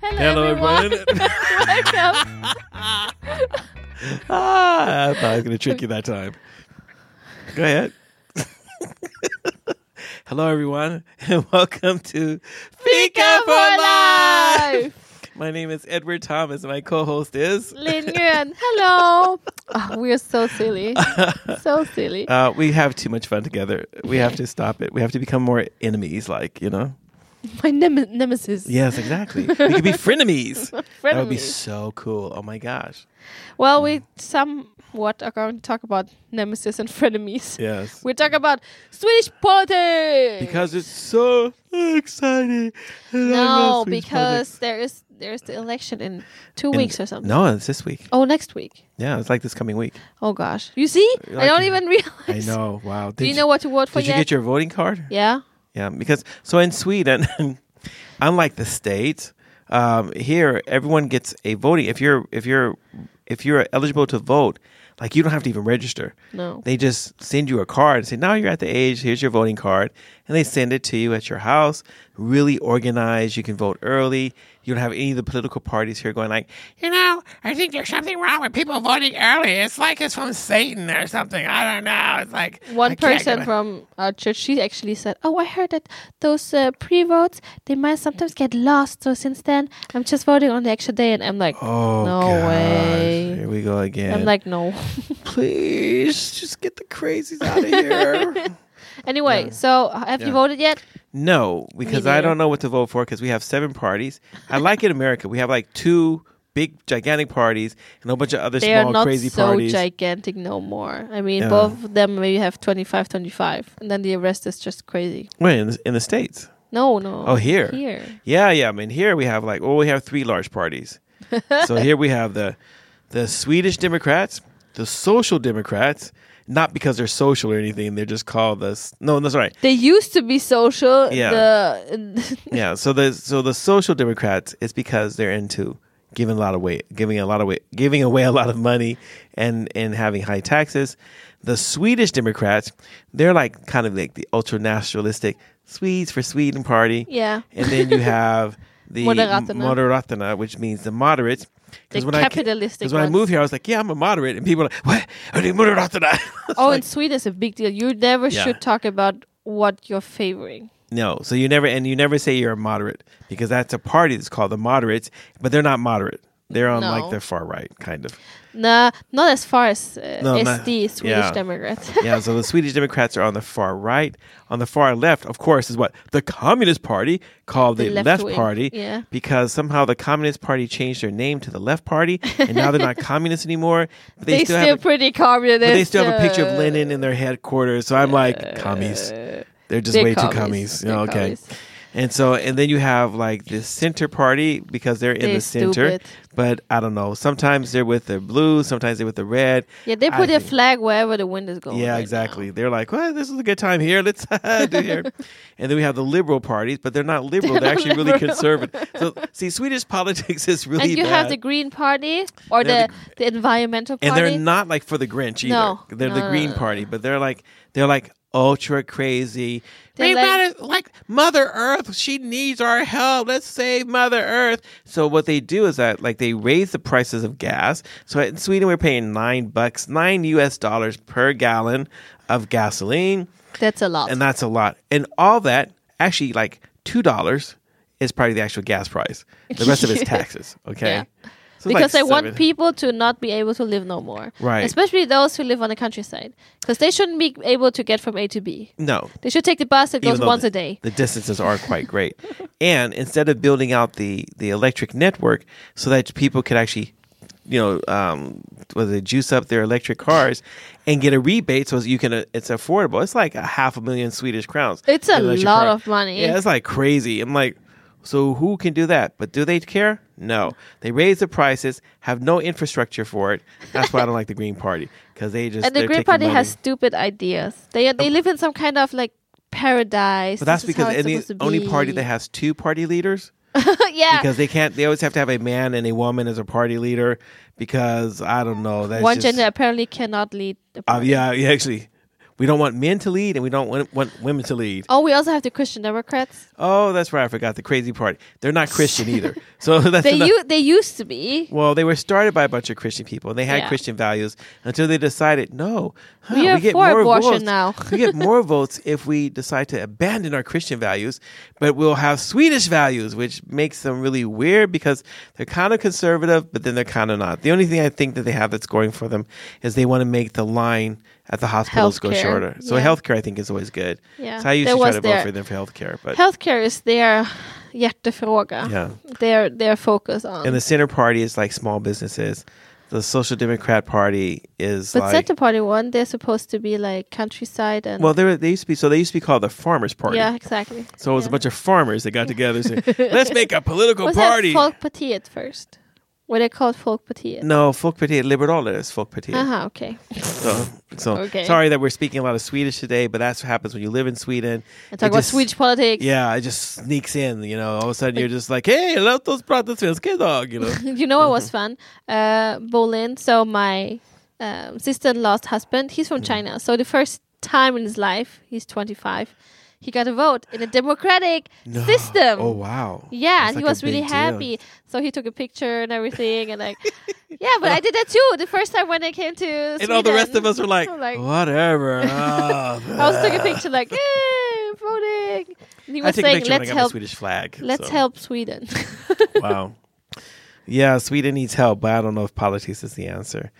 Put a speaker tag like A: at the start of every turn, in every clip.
A: Hello, everyone.
B: Welcome.
A: ah, I thought I was going to trick you that time. Go ahead. Hello, everyone, and welcome to Fika for Life. My name is Edward Thomas, and my co-host is.
B: Lin Yuan, hello. Oh, we are so silly. So silly.
A: Uh, we have too much fun together. We have to stop it. We have to become more enemies, like you know.
B: My nem- nemesis.
A: Yes, exactly. We could be frenemies. That would be
B: Frenemies.
A: so cool. Oh my gosh.
B: Well, we somewhat are going to talk about nemesis and frenemies.
A: Yes.
B: We talk about Swedish politics.
A: Because it's so exciting. And
B: no,
A: I love Swedish
B: because there is there is the election in two
A: In-
B: weeks or something.
A: No, it's this week.
B: Oh, next week.
A: Yeah, it's like this coming week.
B: Oh gosh, you see, I
A: Like-
B: don't even
A: I
B: realize.
A: know. Wow. Did
B: Do you know what to vote for
A: Did
B: yet?
A: you get your voting card?
B: yeah.
A: Yeah, because so in Sweden, unlike the states, um, here everyone gets a voting. If you're if you're if you're eligible to vote, like you don't have to even register.
B: No.
A: They just send you a card and say, "Now you're at the age. Here's your voting card," and they send it to you at your house. Really organized. You can vote early. You don't have any of the political parties here going like, you know, I think there's something wrong with people voting early. It's like it's from Satan or something. I don't know. It's like
B: one
A: I can't get
B: person
A: a-
B: from our church she actually said oh i heard that those uh, pre-votes they might sometimes get lost so since then i'm just voting on the extra day and i'm like
A: Oh,
B: no
A: gosh.
B: way
A: Here we go again.
B: i'm like no
A: please just get the crazies out of here.
B: anyway so uh, have you
A: Yeah.
B: voted yet
A: no, because I
B: neither.
A: don't know what to vote for because we have seven parties. I like in America, we have like two big, gigantic parties and a whole bunch of other
B: they
A: small,
B: are not
A: crazy
B: so
A: parties.
B: gigantic no more i mean
A: Yeah.
B: both of them maybe have 25 25 and then the rest is just crazy
A: Wait, in the, in the States?
B: no no
A: Oh, here.
B: here
A: Yeah, yeah. I mean, here we have like, well, we have three large parties. so here we have the the Swedish Democrats, the Social Democrats, not because they're social or anything. They're just called the, s- no, that's right.
B: they used to be social
A: Yeah.
B: the
A: yeah. So the so the social democrats, it's because they're into giving a lot of weight, giving a lot of weight, giving away a lot of money, and and having high taxes. The Swedish Democrats, they're like kind of like the ultra nationalistic Swedes for Sweden party.
B: yeah
A: And then you have the
B: Moderaterna.
A: Moderaterna, which means the moderates.
B: the
A: 'Cause when I ca-
B: capitalistic
A: because when I
B: ones.
A: moved here, I was like, "Yeah, I'm a moderate," and people are like, "What? Are you moderatena?"
B: Oh, in Sweden, it's a big deal. You never
A: Yeah.
B: should talk about what you're favoring.
A: No, so you never and you never say you're a moderate because that's a party that's called the moderates, but they're not moderate. They're on
B: No.
A: like the far right kind of.
B: Nah, not as far as uh,
A: No, not-
B: SD, Swedish
A: yeah.
B: Democrats.
A: Yeah, so the Swedish Democrats are on the far right. On the far left, of course, is what the Communist Party called the,
B: The left
A: Left
B: wing,
A: Party
B: yeah.
A: because somehow the Communist Party changed their name to the Left Party and now they're not communist anymore. But
B: they, still,
A: have a,
B: pretty communist. uh,
A: but they still have a picture of Lenin in their headquarters. So I'm like, commies. They're just
B: they're
A: way too
B: commies.
A: commies.
B: They're
A: okay.
B: commies.
A: And so, and then you have like the center party because they're in
B: They're
A: the center.
B: stupid.
A: But I don't know. Sometimes they're with the blue. Sometimes they're with the red.
B: Yeah, they
A: I
B: put their
A: think-
B: flag wherever the wind is going. Oh,
A: Yeah,
B: right
A: exactly.
B: now.
A: They're like, well, this is a good time here. Let's do here. And then we have the liberal parties, but they're not liberal. They're,
B: They're not
A: actually really
B: liberal.
A: conservative. So, see, Swedish politics is really
B: And you
A: bad.
B: have the Green Party or
A: They're
B: the, the, environmental
A: and
B: party.
A: they're not like for the Grinch either.
B: No,
A: they're
B: no,
A: the
B: no,
A: Green
B: no.
A: Party, but they're like they're like ultra crazy.
B: They're
A: We
B: like-
A: gotta- like Mother Earth, she needs our help. Let's save Mother Earth. So what they do is that like they raise the prices of gas. So in Sweden we're paying nine bucks, nine US dollars per gallon of gasoline.
B: That's a lot.
A: And that's a lot. And all that, actually, like two dollars is probably the actual gas price. The rest of it's taxes. Okay.
B: Yeah.
A: So it's
B: because
A: like
B: I want
A: seven-
B: people to not be able to live no more.
A: Right.
B: Especially those who live on the countryside. Because they shouldn't be able to get from A to B.
A: No,
B: They should take the bus that goes
A: though
B: once
A: the,
B: a day.
A: The distances are quite great. and instead of building out the the electric network so that people could actually you know, um, whether they juice up their electric cars and get a rebate, so as you can, uh, it's affordable. It's like a half a million Swedish crowns.
B: It's a
A: An electric
B: lot of money.
A: Yeah, it's like crazy. I'm like, so who can do that? But do they care? No, they raise the prices, have no infrastructure for it. That's why I don't like the Green Party because they just
B: And the
A: they're
B: Green
A: taking
B: Party
A: money.
B: has stupid ideas. They they live in some kind of like paradise.
A: But that's
B: This is how
A: because
B: it's
A: any
B: supposed to
A: only party
B: be.
A: that has two party leaders
B: yeah,
A: because they can't they always have to have a man and a woman as a party leader because I don't know that's
B: one
A: just,
B: gender apparently cannot lead. The
A: Uh,
B: party.
A: yeah yeah actually We don't want men to lead, and we don't want, want women to lead.
B: Oh, we also have the Christian Democrats.
A: Oh, that's right. I forgot the crazy part. They're not Christian either. So that's
B: They
A: another-
B: u- they used to be.
A: Well, they were started by a bunch of Christian people, and they had
B: Yeah.
A: Christian values until they decided, no, huh,
B: We are for abortion
A: votes.
B: now.
A: we get more votes if we decide to abandon our Christian values, but we'll have Swedish values, which makes them really weird because they're kind of conservative, but then they're kind of not. The only thing I think that they have that's going for them is they want to make the line at the hospitals go
B: Healthcare.
A: shorter. So
B: Yeah.
A: healthcare, I think, is always good.
B: Yeah.
A: So I used
B: There
A: to try
B: was
A: to vote
B: their-
A: for them for healthcare, but
B: Healthcare is their hjärtefråga.
A: yeah.
B: Their their focus on.
A: And the center party is like small businesses. The Social Democrat Party is
B: but
A: like
B: Center Party one, they're supposed to be like countryside and
A: well, they, were, they used to be so they used to be called the Farmers Party.
B: yeah, exactly.
A: So it was
B: Yeah.
A: a bunch of farmers that got together. and said, Let's make a political
B: Was
A: party.
B: that Folkpartiet first? Were they called Folkpartiet?
A: no, Folkpartiet Liberaler is Folkpartiet.
B: Uh-huh, okay.
A: So, so
B: Okay.
A: sorry that we're speaking a lot of Swedish today, but that's what happens when you live in Sweden.
B: And talk
A: It
B: about
A: just-
B: Swedish politics.
A: Yeah, it just sneaks in. You know, all of a sudden you're just like, hey, let those prata svenska dog. You know.
B: you know what was
A: Mm-hmm.
B: fun? Uh, Bolin. So my um, sister-in-law's husband, he's
A: Mm.
B: from China. So the first time in his life, he's 25. He got a vote in a democratic
A: No.
B: system.
A: Oh wow.
B: Yeah,
A: That's
B: and he
A: like a
B: was really
A: big deal.
B: happy. So he took a picture and everything, and like, yeah, but I did that too the first time when I came to.
A: And all the rest of us were like,
B: I'm like-
A: whatever. ah,
B: I was took a picture like, yeah, voting. And he
A: I
B: was
A: take a
B: saying,
A: picture when I
B: let's
A: got my
B: help,
A: Swedish flag.
B: let's
A: so.
B: help Sweden.
A: wow. Yeah, Sweden needs help, but I don't know if politics is the answer.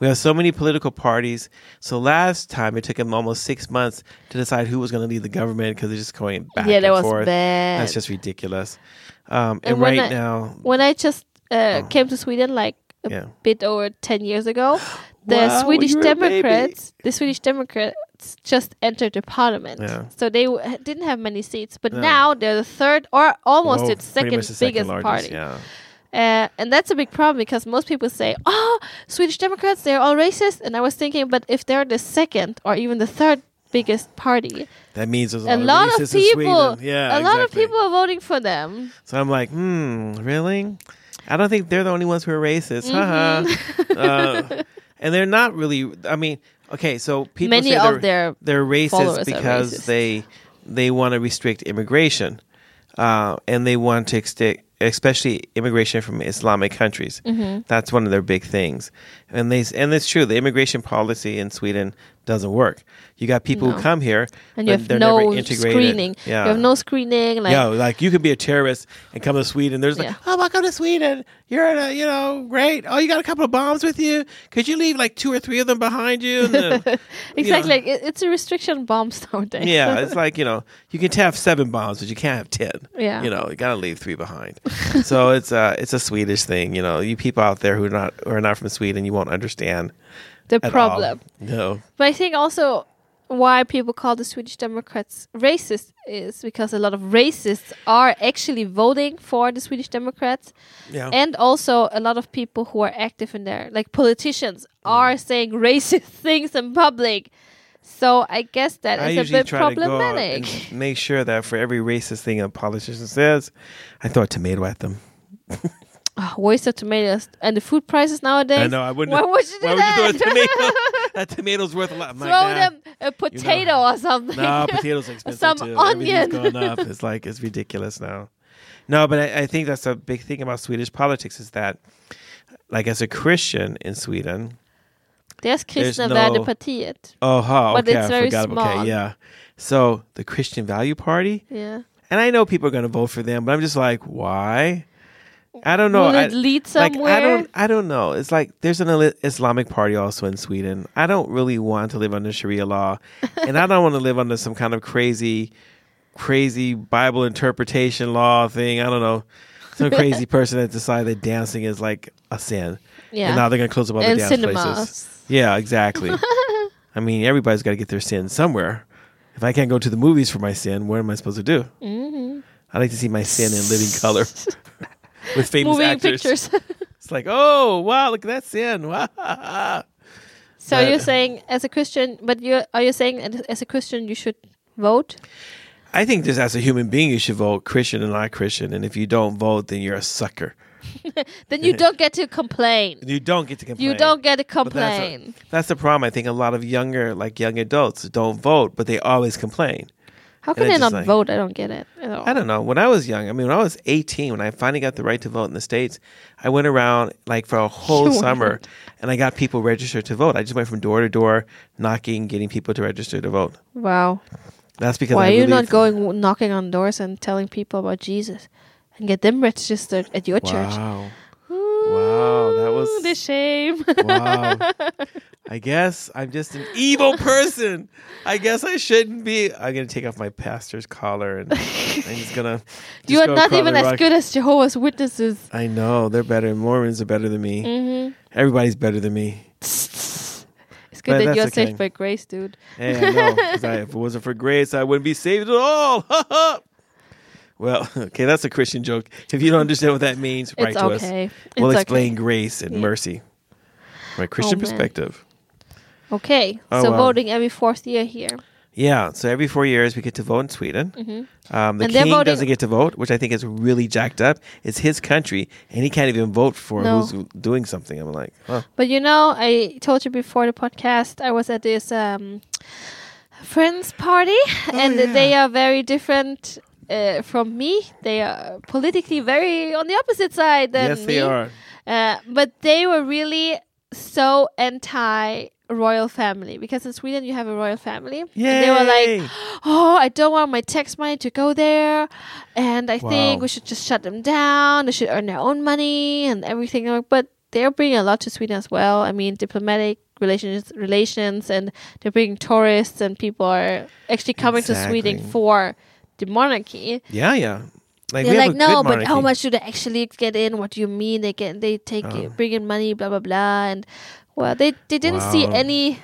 A: We have so many political parties. So last time it took them almost six months to decide who was going to lead the government because they're just going back
B: yeah,
A: and
B: that was
A: forth.
B: bad.
A: That's just ridiculous. Um, and
B: And when
A: right
B: I-
A: now,
B: when I just uh,
A: Oh.
B: came to Sweden like a
A: Yeah.
B: bit over ten years ago, the
A: Wow,
B: Swedish
A: you were a baby.
B: Democrats, the Swedish Democrats, just entered the parliament.
A: Yeah.
B: So they w- didn't have many seats, but
A: No.
B: now they're the third or almost
A: well,
B: the
A: Oh, pretty
B: second
A: much
B: biggest
A: the second largest.
B: party.
A: Yeah.
B: Uh, and that's a big problem because most people say, "Oh, Swedish Democrats, they're all racist." And I was thinking, but if they're the second or even the third biggest party,
A: That means there's a,
B: a lot of
A: racists in Sweden.
B: people,
A: Yeah,
B: a lot of
A: exactly.
B: people are voting for them.
A: So I'm like, hmm, really? I don't think they're the only ones who are racist. Haha.
B: Mm-hmm.
A: uh, and they're not really. I mean, okay, so people
B: Many
A: say
B: of
A: they're,
B: their
A: they're
B: followers are
A: racist because
B: racist.
A: they they want to restrict immigration, uh, and they want to extend. Especially immigration from Islamic countries.
B: Mm-hmm.
A: That's one of their big things, and they s- and it's true. The immigration policy in Sweden doesn't work. You got people
B: No.
A: who come here,
B: and you
A: but
B: have
A: they're
B: no
A: never integrated.
B: screening.
A: Yeah.
B: You have no screening. Like,
A: yeah, like you could be a terrorist and come to Sweden. There's like,
B: Yeah.
A: oh, welcome to Sweden. You're in a, you know, great. Oh, you got a couple of bombs with you. Could you leave like two or three of them behind you? And then-
B: exactly.
A: Yeah.
B: Like, it, it's a restriction bombs nowadays.
A: yeah, it's like you know, you can have seven bombs, but you can't have ten.
B: Yeah.
A: you know, you gotta leave three behind. so it's uh, it's a Swedish thing. You know, you people out there who are not who are not from Sweden, you won't understand
B: the
A: at
B: problem.
A: All. No,
B: But I think also why people call the Swedish Democrats racist is because a lot of racists are actually voting for the Swedish Democrats,
A: yeah,
B: and also a lot of people who are active in there, like politicians,
A: Mm.
B: are saying racist things in public. So I guess that
A: I
B: is a
A: usually
B: bit
A: try to go out
B: problematic.
A: and make sure that for every racist thing a politician says, I throw a tomato at them.
B: Oh, waste of tomatoes and the food prices nowadays.
A: I know. I wouldn't.
B: Why would you do
A: why
B: that?
A: Would you throw a tomato? that tomato's worth a lot. My
B: Throw
A: God.
B: them a potato or something.
A: No, potatoes are expensive
B: Some
A: too.
B: onion.
A: Everything's going up. It's like it's ridiculous now. No, but I, I think that's a big thing about Swedish politics is that, like, as a Christian in Sweden,
B: There's Kristna
A: no-
B: Värdepartiet.
A: oh, huh,
B: But
A: okay,
B: it's
A: I
B: very
A: forgot.
B: small.
A: Okay, yeah. So the Christian Value Party,
B: Yeah.
A: and I know people are going to vote for them, but I'm just like, why? I don't know.
B: Will
A: I-
B: it lead
A: Like, I
B: somewhere?
A: don't. I don't know. It's like there's an Ili- Islamic party also in Sweden. I don't really want to live under Sharia law, and I don't want to live under some kind of crazy, crazy Bible interpretation law thing. I don't know. Some crazy person that decided that dancing is like a sin,
B: Yeah.
A: and now they're gonna close up all
B: And
A: the dance places.
B: cinemas.
A: Yeah, exactly. I mean, everybody's got to get their sin somewhere. If I can't go to the movies for my sin, what am I supposed to do? Mm-hmm. I like to see my sin in living color with famous
B: Moving
A: actors.
B: pictures.
A: It's like, oh wow, look that's sin. Wow.
B: so
A: But-
B: you're saying as a Christian, but you are you saying as- as a Christian you should vote?
A: I think just as a human being, you should vote Christian and not Christian. And if you don't vote, then you're a sucker.
B: then you don't get to complain.
A: You don't get to complain.
B: You don't get to
A: But that's a-
B: complain.
A: that's the problem. I think a lot of younger, like young adults, don't vote, but they always complain.
B: How can
A: and
B: they
A: it's
B: not
A: just like-
B: vote? I don't get it at all.
A: I don't know. When I was young, I mean, when I was 18, when I finally got the right to vote in the States, I went around like for a whole
B: You
A: summer
B: went.
A: and I got people registered to vote. I just went from door to door knocking, getting people to register to vote.
B: Wow.
A: That's because
B: Why
A: I
B: are you
A: really-
B: not going w- knocking on doors and telling people about Jesus and get them registered at your church?
A: Wow. Wow, that was-
B: Ooh, the shame.
A: Wow. I guess I'm just an evil person. I guess I shouldn't be. I'm going to take off my pastor's collar and I'm just going to.
B: you are not even as good as Jehovah's Witnesses.
A: I know. They're better. Mormons are better than me.
B: Mm-hmm.
A: Everybody's better than me.
B: It's
A: But
B: good that
A: that's
B: you're
A: okay.
B: saved by grace, dude.
A: Hey, I know. 'cause I, if it wasn't for grace, I wouldn't be saved at all. well, okay, that's a Christian joke. If you don't understand what that means, write
B: it's
A: to us.
B: okay. It's
A: We'll
B: okay.
A: explain grace and
B: Yeah. Oh,
A: mercy from a Christian
B: man.
A: perspective.
B: Okay.
A: Oh,
B: so
A: wow.
B: voting every fourth year here.
A: Yeah, so every four years we get to vote in Sweden. Um, the
B: Mm-hmm. And they're
A: king
B: voting-
A: doesn't get to vote, which I think is really jacked up. It's his country, and he can't even vote for
B: No.
A: who's doing something. I'm like, huh.
B: But you know, I told you before the podcast, I was at this um, friends party, and
A: Oh, yeah.
B: they are very different uh, from me. They are politically very on the opposite side than
A: yes,
B: me.
A: they are.
B: Uh, but they were really so anti royal family because in Sweden you have a royal family. And they were like,
A: Yay!
B: oh, I don't want my tax money to go there. And I think
A: Wow.
B: we should just shut them down. They should earn their own money and everything. But they're bringing a lot to Sweden as well. I mean, diplomatic relations, relations and they're bringing tourists, and people are actually coming to Sweden
A: Exactly.
B: for the monarchy.
A: yeah, yeah. Like,
B: They're
A: we
B: like,
A: have a
B: no,
A: good
B: but how
A: monarchy."
B: much do they actually get in? What do you mean they get? They take
A: Oh.
B: bring in money, blah blah blah, and well, they they didn't see
A: Wow.
B: any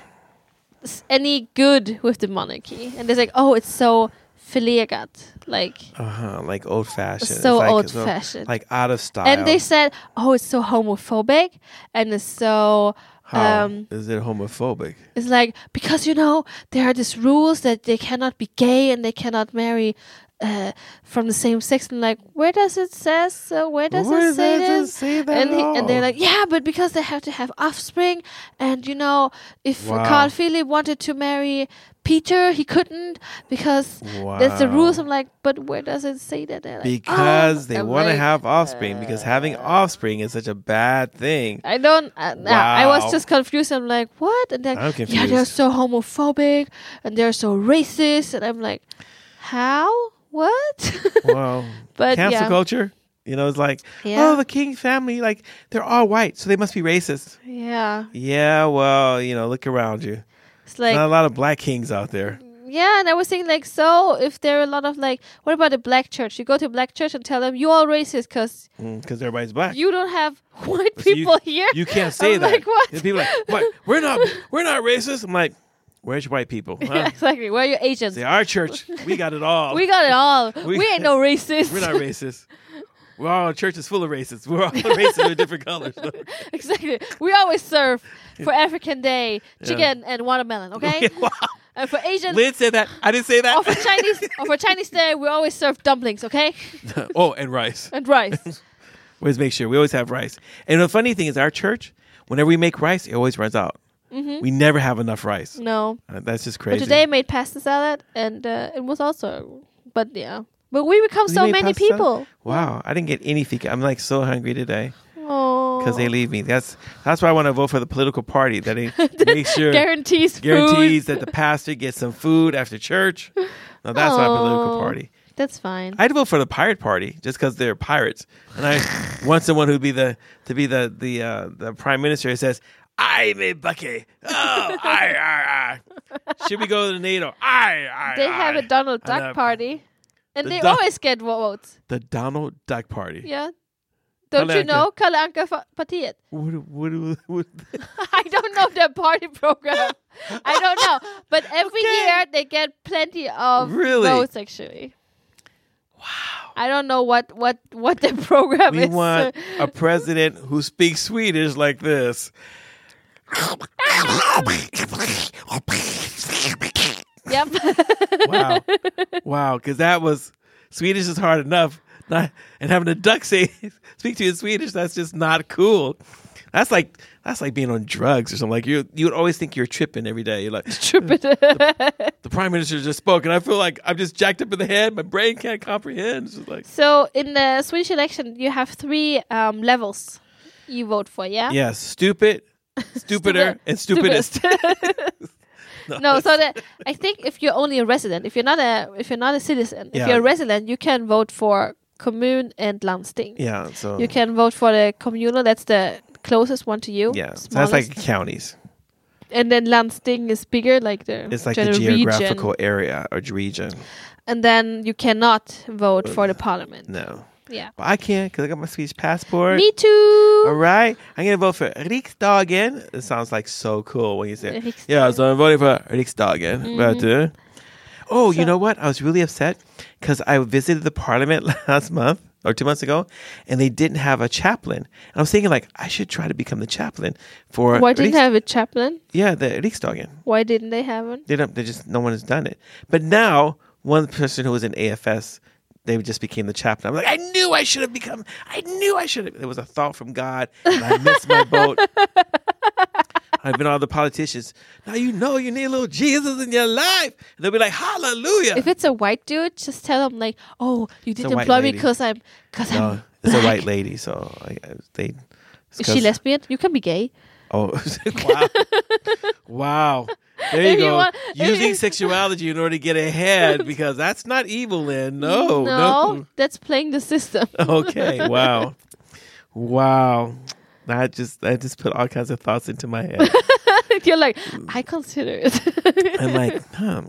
B: s- any good with the monarchy, and they're like, oh, it's so förlegat, like
A: Uh-huh, like old fashioned.
B: so
A: like,
B: old fashioned,
A: Like out of style.
B: and they said, oh, it's so homophobic, and it's so.
A: How
B: um,
A: is it homophobic?
B: It's like because you know there are these rules that they cannot be gay and they cannot marry uh, from the same sex. And like, where does it says? Uh, where does
A: Where
B: it say
A: does it
B: this?
A: say that
B: And,
A: at
B: he, and they're
A: all?
B: like, yeah, but because they have to have offspring, and you know, if
A: Wow.
B: Carl Philip wanted to marry Peter, he couldn't because that's the
A: Wow.
B: rules. I'm like, but where does it say that? They're like,
A: Because
B: "Oh."
A: they
B: I'm
A: want to
B: like, uh,
A: have offspring. because having offspring is such a bad thing.
B: I don't. Uh, nah, I was
A: Wow.
B: just confused. I'm like, what? And then
A: I'm
B: yeah, they're
A: confused.
B: so homophobic and they're so racist, and I'm like, how? What?
A: Wow.
B: but Uh,
A: Cancel
B: yeah,
A: culture. You know, it's like,
B: Yeah.
A: oh, the king family, like they're all white, so they must be racist.
B: yeah,
A: Yeah, well, you know, look around you.
B: it's like
A: Not a lot of black kings out there.
B: yeah, and I was thinking like, so if there are a lot of like, what about the black church? You go to black church and tell them you all racist because
A: Because mm, everybody's black.
B: you don't have white
A: So you-
B: people here.
A: You can't say
B: I'm
A: that.
B: Like what?
A: And people are like, what? We're not we're not racist. I'm like, where's your white people? huh?
B: yeah, exactly. Where are your Asians?
A: Say our church, we got it all.
B: We got it all. we,
A: We-
B: ain't no racist.
A: We're not racist. We're all church is full of racists. We're all racist with different colors.
B: exactly. We always serve for African Day chicken and watermelon. Okay.
A: wow.
B: And for Asian,
A: Lynn said that. I didn't say
B: or for
A: that.
B: Chinese, or for Chinese Day, we always serve dumplings, okay,
A: oh, and rice.
B: and rice.
A: We always make sure we always have rice. And the funny thing is, our church, whenever we make rice, it always runs out. We never have enough rice.
B: No,
A: Uh, that's just
B: Mm-hmm. but
A: crazy.
B: today I made pasta salad, and uh, it was also, but yeah, but we become
A: You
B: so
A: made
B: many
A: pasta salad?
B: people.
A: Wow, I didn't get any fika. I'm like so hungry today
B: Oh,
A: because they leave me. That's that's why I want to vote for the political party that they make sure
B: guarantees food.
A: guarantees that the pastor gets some food after church. Now that's my
B: Oh.
A: political party.
B: That's fine.
A: I'd vote for the pirate party just because they're pirates, and I want someone who'd be the to be the the uh, the prime minister who says, "I'm a Bucky." Oh, I, I, I. Should we go to NATO? I, I,
B: they have
A: I."
B: a Donald
A: And
B: Duck
A: the-
B: party, and
A: the
B: they
A: duck-
B: always get votes.
A: The Donald Duck party.
B: Yeah. Don't you
A: Kalle Anka.
B: know Kalle Anka fa- Partiet?
A: What, what, what,
B: I don't know their party program. I don't know. But every
A: Okay.
B: year they get plenty of
A: Really?
B: votes actually. Wow. I don't know what what what their program
A: we
B: is.
A: want a president who speaks Swedish like this.
B: yep.
A: Wow, wow, because that was Swedish is hard enough. not and having a duck say speak to you in Swedish. That's just not cool. That's like that's like being on drugs or something. Like you you would always think you're tripping every day. You're like
B: Tripping.
A: the prime minister just spoke, and I feel like I'm just jacked up in the head. My brain can't comprehend. It's just like
B: so in the Swedish election, you have three um, levels you vote for, yeah?
A: yeah, stupid, stupider, and stupidest.
B: no, so that I think if you're only a resident, if you're not a if you're not a citizen,
A: Yeah.
B: if you're a resident, you can vote for commune and landsting.
A: yeah. So
B: You can vote for the communal. That's the closest one to you.
A: yeah, so that's
B: smallest.
A: like counties.
B: and then landsting is bigger, like the
A: It's like the
B: general
A: geographical
B: region.
A: e- area or region.
B: And then you cannot vote for
A: Uh,
B: the parliament.
A: No,
B: Yeah.
A: but I can't because I got my Swedish passport.
B: Me
A: All
B: too.
A: right, I'm gonna vote for Riksdagen. It sounds like so cool when you say, it.
B: Riksdagen. Mm-hmm.
A: "Yeah, so I'm voting for Riksdagen." But, uh, oh, you
B: So-
A: know what? I was really upset because I visited the Parliament last month or two months ago, and they didn't have a chaplain. And I was thinking, like, I should try to become the chaplain for.
B: Why didn't
A: Riks-
B: they have a chaplain?
A: Yeah, the Riksdagen.
B: Why didn't they have one?
A: They don't. They just no one has done it. But now one person who was in AFS, they just became the chaplain. I'm like, I knew I should have become. I knew I should have. It was a thought from God, and I missed my boat. I've been all the politicians. Now you know you need a little Jesus in your life. And they'll be like, Hallelujah.
B: If it's a white dude, just tell him like, "Oh, you
A: a
B: didn't
A: white
B: employ me
A: lady.
B: because I'm because
A: no,
B: I'm."
A: it's a
B: black."
A: white lady, so I, I- they. it's
B: Is
A: 'cause-
B: she lesbian? You can be gay.
A: Oh, wow. wow. There you
B: If you
A: go.
B: want- if
A: Using
B: you-
A: sexuality in order to get ahead because that's not evil, Lynn. No, no.
B: that's playing the system.
A: okay wow wow i just i just put all kinds of thoughts into my head
B: You're like, I consider it.
A: i'm like huh,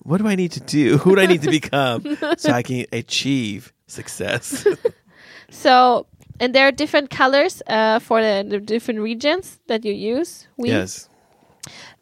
A: what do i need to do who do i need to become so i can achieve success
B: so, and there are different colors uh, for the, the different regions that you use. We,
A: yes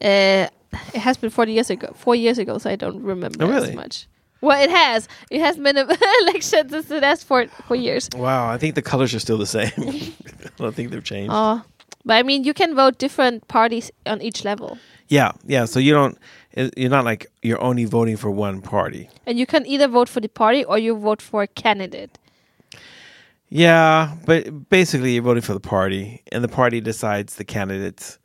B: Uh, it has been 40 years ago, four years ago, so I don't remember
A: Oh, really?
B: as much. Well, it has. It has been an election since the last four, four years.
A: wow i think the colors are still the same i don't think they've changed
B: Oh, but I mean, you can vote different parties on each level.
A: yeah yeah so you don't it- you're not like you're only voting for one party
B: And you can either vote for the party or you vote for a candidate.
A: yeah but basically you're voting for the party and the party decides the candidates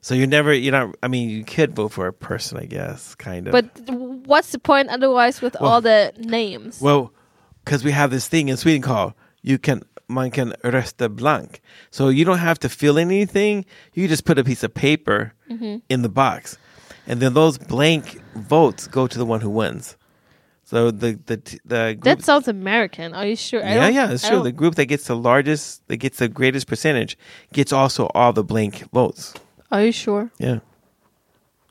A: so you're never you're not i mean you could vote for a person i guess kind of
B: But what's the point otherwise with all the names?
A: Well, because we have this thing in Sweden called you can man can rösta blank. So you don't have to fill in anything. You just put a piece of paper in the box, and then those blank votes go to the one who wins. So the the t- the group,
B: That sounds American. Are you sure? I
A: yeah
B: don't-
A: yeah it's
B: I
A: true.
B: don't-
A: The group that gets the largest that gets the greatest percentage gets also all the blank votes.
B: Are you sure?
A: Yeah.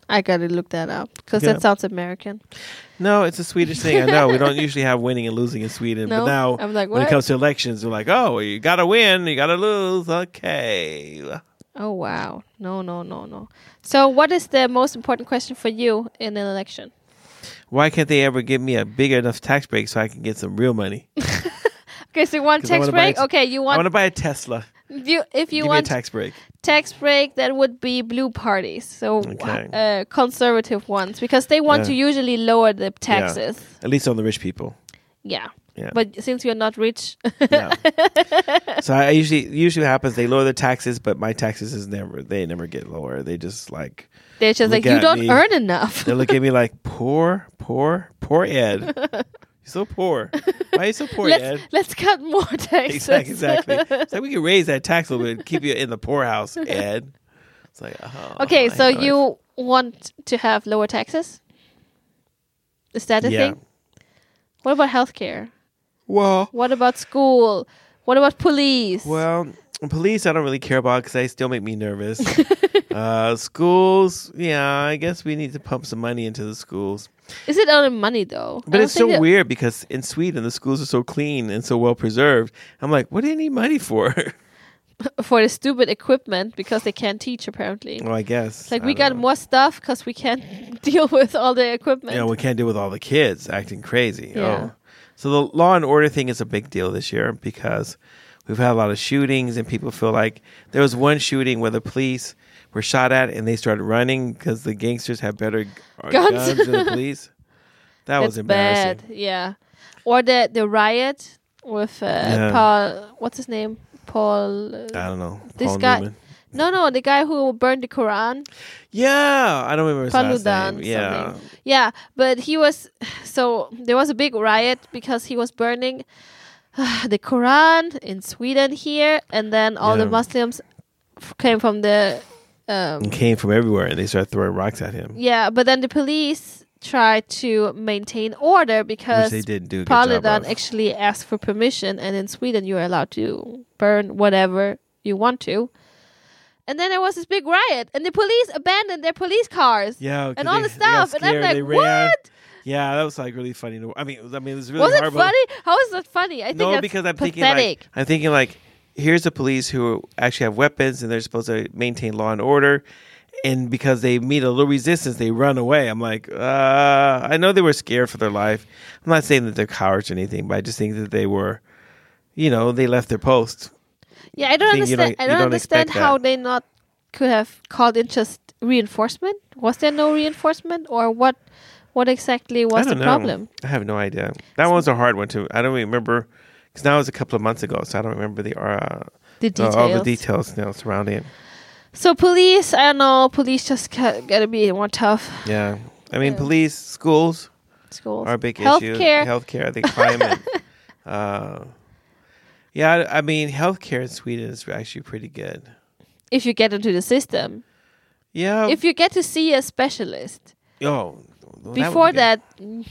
B: I gotta look that up because
A: Yeah.
B: that sounds American.
A: No, it's a Swedish thing. I know we don't usually have winning and losing in Sweden, but
B: No?
A: now
B: I'm like,
A: when it
B: what?
A: comes to elections, we're like, oh, you gotta win, you gotta lose. Okay,
B: Oh wow! No, no, no, no. So, what is the most important question for you in an election?
A: why can't they ever give me a big enough tax break so I can get some real money?
B: Okay, so you want
A: 'Cause I
B: tax
A: wanna buy
B: break?
A: t-
B: Okay, you
A: I
B: want
A: want to buy a Tesla.
B: you if you
A: give
B: want
A: me a tax break.
B: tax break, that would be blue parties, so
A: Okay.
B: uh, conservative ones, because they want
A: Yeah.
B: to usually lower the taxes.
A: At least on the rich people.
B: Yeah.
A: Yeah.
B: But since you're not rich,
A: No. so I usually usually what happens they lower their taxes, but my taxes is never they never get lower. They just like
B: they're just
A: Look
B: like you
A: at
B: don't
A: me.
B: earn enough.
A: they look at me like poor, poor, poor Ed. You're so poor. Why are you so poor, Ed?
B: let's let's cut more taxes.
A: Exactly. Exactly. It's like we can raise that tax a little bit, keep you in the poorhouse, Ed. It's like oh,
B: Okay,
A: I
B: so
A: know.
B: you want to have lower taxes? Is that a
A: Yeah.
B: thing? What about healthcare?
A: well,
B: What about school? What about police?
A: well, police I don't really care about because they still make me nervous. uh, schools, yeah, I guess we need to pump some money into the schools,
B: Is it only money though? I
A: but
B: don't
A: it's
B: think
A: so
B: that-
A: weird because in Sweden the schools are so clean and so well preserved. I'm like, what do you need money for?
B: for the stupid equipment because they can't teach apparently.
A: well, I guess
B: It's like
A: I
B: we
A: don't
B: got
A: know.
B: more stuff because we can't deal with all the equipment.
A: Yeah, we can't deal with all the kids acting crazy.
B: Yeah.
A: Oh. So the law and order thing is a big deal this year because we've had a lot of shootings and people feel like there was one shooting where the police were shot at and they started running because the gangsters have better g- uh, guns,
B: Guns.
A: than the police. That was
B: That's
A: embarrassing.
B: bad. Yeah, or the the riot with uh,
A: Yeah.
B: Paul. What's his name? Paul. uh,
A: I don't know.
B: This
A: Paul
B: guy-
A: Newman.
B: no, no, the guy who burned the Quran.
A: Yeah, I don't remember his last
B: Paludan,
A: name. Yeah,
B: Yeah, but he was so there was a big riot because he was burning the Quran in Sweden here, and then all the
A: Yeah.
B: Muslims f- came from the um,
A: and came from everywhere, and they started throwing rocks at him,
B: yeah. But then the police tried to maintain order
A: which
B: because
A: they didn't do. A good job
B: Paludan
A: of.
B: actually asked for permission, and in Sweden you are allowed to burn whatever you want to. And then there was this big riot, and the police abandoned their police cars.
A: yeah, 'cause
B: and all
A: they-
B: the
A: they got
B: stuff. And I'm
A: scared,
B: like,
A: they ran.
B: what?
A: Yeah, that was like really funny. To, I mean, it was- I mean, it was really
B: was it
A: horrible.
B: funny? How is that funny? I think
A: no,
B: that's
A: because I'm
B: pathetic.
A: thinking like I'm thinking like here's the police who actually have weapons and they're supposed to maintain law and order, and because they meet a little resistance, they run away. I'm like, uh, I know they were scared for their life. I'm not saying that they're cowards or anything, but I just think that they were, you know, they left their post.
B: yeah, I don't
A: think you don't-
B: understand. I
A: you
B: don't
A: don't
B: understand
A: expect
B: how
A: that.
B: they not could have called in just reinforcement. Was there no reinforcement, or what? What exactly was the
A: I don't know.
B: problem?
A: I have no idea. That one's a hard one too. I don't remember because that was a couple of months ago, so I don't remember the uh,
B: The
A: uh,
B: details.
A: all the details now surrounding it.
B: So police, I don't know. Police just ca- gotta be more tough.
A: Yeah, I mean,
B: Yeah.
A: police, schools.
B: Schools,
A: Our big issue,
B: healthcare.
A: healthcare, the climate. uh, yeah, I, I mean, healthcare in Sweden is actually pretty good.
B: If you get into the system,
A: Yeah.
B: if you get to see a specialist
A: oh, well, would
B: before
A: be
B: that,
A: good.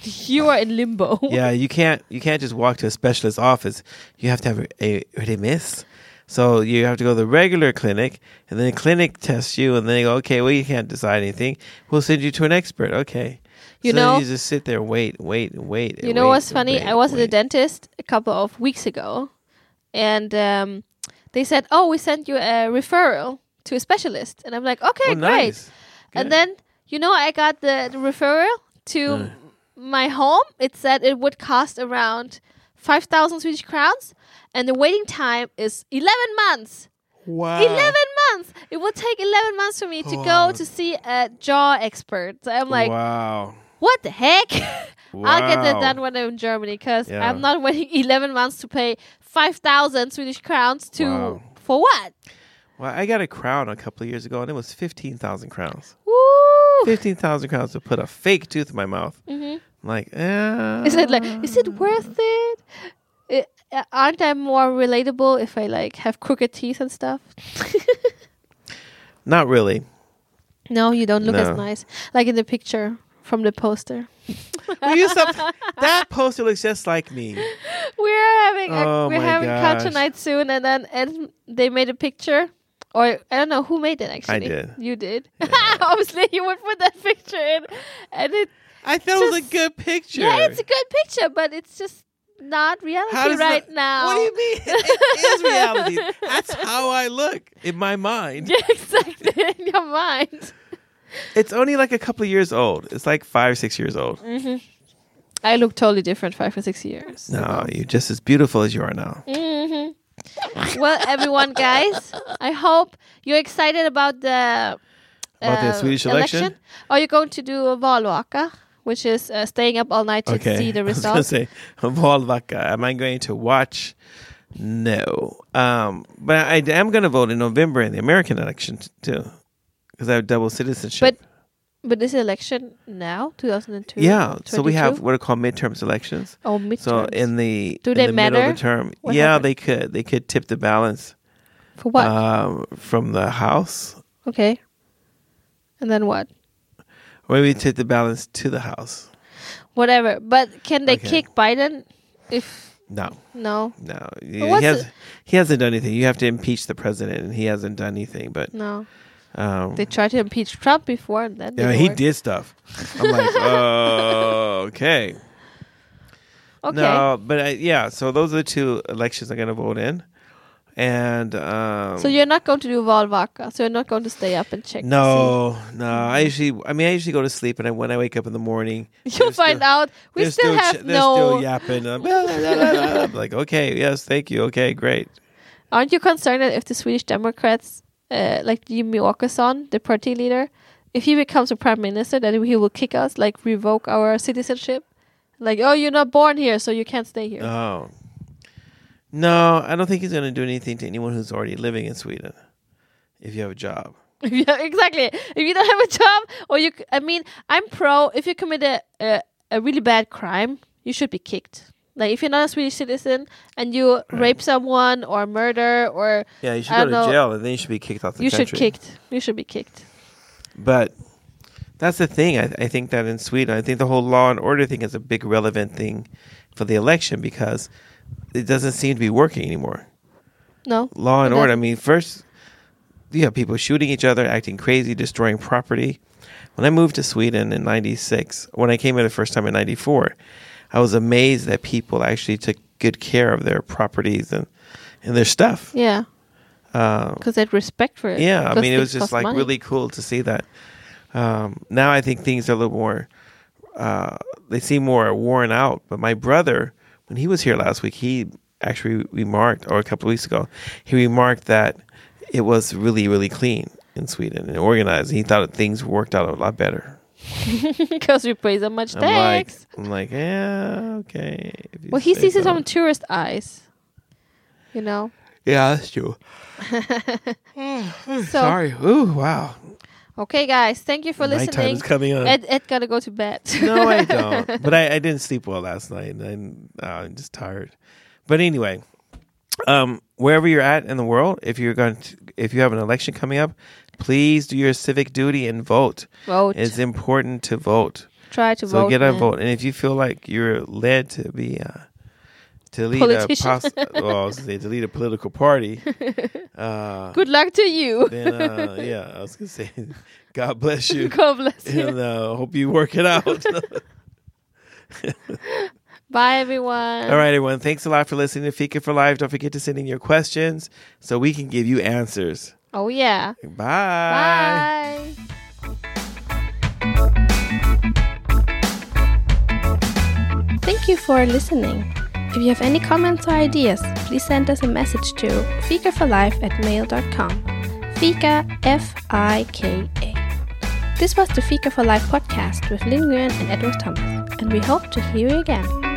B: you are in limbo.
A: Yeah, you can't you can't just walk to a specialist office. You have to have a, a remiss. So you have to go to the regular clinic, and then the clinic tests you, and then they go, okay, well, you can't decide anything. We'll send you to an expert. Okay.
B: You
A: so then
B: know-
A: you just sit there, and wait, wait, and wait. and
B: You know
A: wait
B: what's
A: and
B: funny?
A: wait
B: I
A: and
B: was at the
A: wait.
B: dentist a couple of weeks ago, and um, they said, "Oh, we sent you a referral to a specialist," and I'm like, "Okay,
A: Oh,
B: great."
A: nice.
B: And
A: Good.
B: then you know, I got the, the referral to my home. It said it would cost around five thousand Swedish crowns, and the waiting time is eleven months.
A: wow.
B: 11 months! It would take 11 months for me to
A: Oh.
B: go to see a jaw expert. So I'm like,
A: wow.
B: what the heck? I'll get that
A: Wow.
B: done when I'm in Germany because
A: Yeah.
B: I'm not waiting 11 months to pay 5,000 Swedish crowns to
A: Wow.
B: for what?
A: Well, I got a crown a couple of years ago, and it was fifteen thousand crowns.
B: Woo!
A: Fifteen thousand crowns to put a fake tooth in my mouth.
B: Mhm.
A: I'm like, eh.
B: Is it like is it worth it? it uh, aren't I more relatable if I like have crooked teeth and stuff?
A: Not really.
B: no, you don't look
A: No.
B: as nice like in the picture from the poster.
A: Will you stop? that poster looks just like me.
B: We're having a,
A: Oh
B: we're
A: my
B: having culture
A: gosh.
B: night soon, and then and they made a picture, or I don't know who made it actually.
A: did.
B: You did. Obviously, you would put that picture in, and it
A: I thought it was a
B: Just-
A: good picture.
B: yeah, it's a good picture, but it's just not reality
A: does
B: right
A: that-
B: now.
A: What do you mean? It is reality. That's how I look in my mind.
B: Yeah, exactly in your mind.
A: It's only like a couple of years old. It's like five, six years old.
B: Mm. I look totally different five or six years.
A: No, you're just as beautiful as you are now.
B: hmm well, everyone, guys, I hope you're excited about the uh,
A: About the Swedish election?
B: Or you're going to do a valvaka, which is uh, staying up all night to
A: okay.
B: see the
A: I was
B: results.
A: gonna say Volvaka. uh, Am I going to watch? No. Um, but I am going to vote in November in the American election t- too, because I have double citizenship.
B: But but this election now, 2002.
A: yeah, so we have
B: 22?
A: what are called midterms elections.
B: oh midterms.
A: So in the
B: Do
A: in
B: they
A: the middle
B: matter?
A: of the term,
B: What
A: yeah,
B: happened?
A: they could they could tip the balance
B: for what?
A: um, from the House,
B: okay, and then what?
A: or maybe tip the balance to the House.
B: Whatever. But can they
A: Okay.
B: kick Biden? If
A: No,
B: no,
A: no, he,
B: what's
A: has,
B: it-
A: he hasn't done anything. You have to impeach the president, and he hasn't done anything. But
B: no,
A: um,
B: they tried to impeach Trump before, and that
A: Yeah,
B: didn't
A: he
B: work.
A: did stuff. I'm like, oh, okay.
B: Okay.
A: No, but I, yeah, so those are the two elections I'm going to vote in. And um,
B: So you're not going to do Valvaka. So you're not going to stay up and check. to
A: no, no, I usually, I mean, I usually go to sleep, and I, when I wake up in the morning,
B: see. You'll
A: there's still-
B: find out. We
A: there's
B: still
A: ch-
B: have
A: there's
B: no.
A: still yapping. uh, blah, blah, blah, blah, blah. I'm like, okay, yes, thank you, okay, great.
B: Aren't you concerned that if the Swedish Democrats, uh, like Jimmy Åkesson, the party leader, if he becomes a prime minister, then he will kick us, like revoke our citizenship? Like, oh, you're not born here, so you can't stay here.
A: Oh, No, I don't think he's going to do anything to anyone who's already living in Sweden. If you have a job,
B: yeah, exactly. If you don't have a job, or you, c- I mean, I'm pro. If you commit a, a, a really bad crime, you should be kicked. Like if you're not a Swedish citizen and you rape someone or murder or
A: yeah, you should
B: I
A: go to
B: don't know.
A: jail, and then you should be kicked off the
B: you
A: country.
B: should kicked. You should be kicked.
A: But that's the thing. I, I think that in Sweden, I think the whole law and order thing is a big relevant thing for the election because it doesn't seem to be working anymore.
B: No.
A: Law and
B: It
A: order. I
B: does-
A: mean, first you have people shooting each other, acting crazy, destroying property. When I moved to Sweden in '96, when I came here the first time in '94, I was amazed that people actually took good care of their properties and and their stuff.
B: Yeah,
A: Um,
B: because they had respect for it.
A: yeah, I
B: 'Cause
A: mean, it was
B: things cost
A: just like
B: money.
A: really cool to see that. Um, now I think things are a little more, uh, they seem more worn out. But my brother, when he was here last week, he actually remarked, or a couple of weeks ago, he remarked that it was really, really clean in Sweden and organized. He thought things worked out a lot better.
B: because we pay so much
A: I'm like,
B: tax.
A: I'm like, yeah, okay. if you
B: well, he
A: say
B: sees it
A: so."
B: from tourist eyes. You know.
A: Yeah, that's true.
B: So
A: Sorry. Ooh, wow.
B: okay, guys, thank you for
A: Nighttime
B: listening.
A: is coming on.
B: Ed, Ed gotta go to bed.
A: no, I don't. But I, I didn't sleep well last night. and I'm, uh, I'm just tired. But anyway, um, wherever you're at in the world, if you're going, to, if you have an election coming up, please do your civic duty and vote.
B: vote.
A: It's important to vote.
B: Try to
A: so
B: vote.
A: get out and
B: man.
A: vote. And if you feel like you're led to be uh, to lead
B: Politician.
A: a pos- well, I was gonna say to lead a political party, uh,
B: Good luck to you.
A: then uh, yeah, I was gonna say, God bless you.
B: God bless you.
A: And uh, hope you work it out.
B: Bye, everyone.
A: All right, everyone. Thanks a lot for listening to Fika for Life. Don't forget to send in your questions so we can give you answers.
B: Oh yeah.
A: Bye.
B: Bye.
C: Thank you for listening. If you have any comments or ideas, please send us a message to fikaforlife at mail.com. Fika, F I K A. This was the Fika for Life podcast with Lin Nguyen and Edward Thomas, and we hope to hear you again.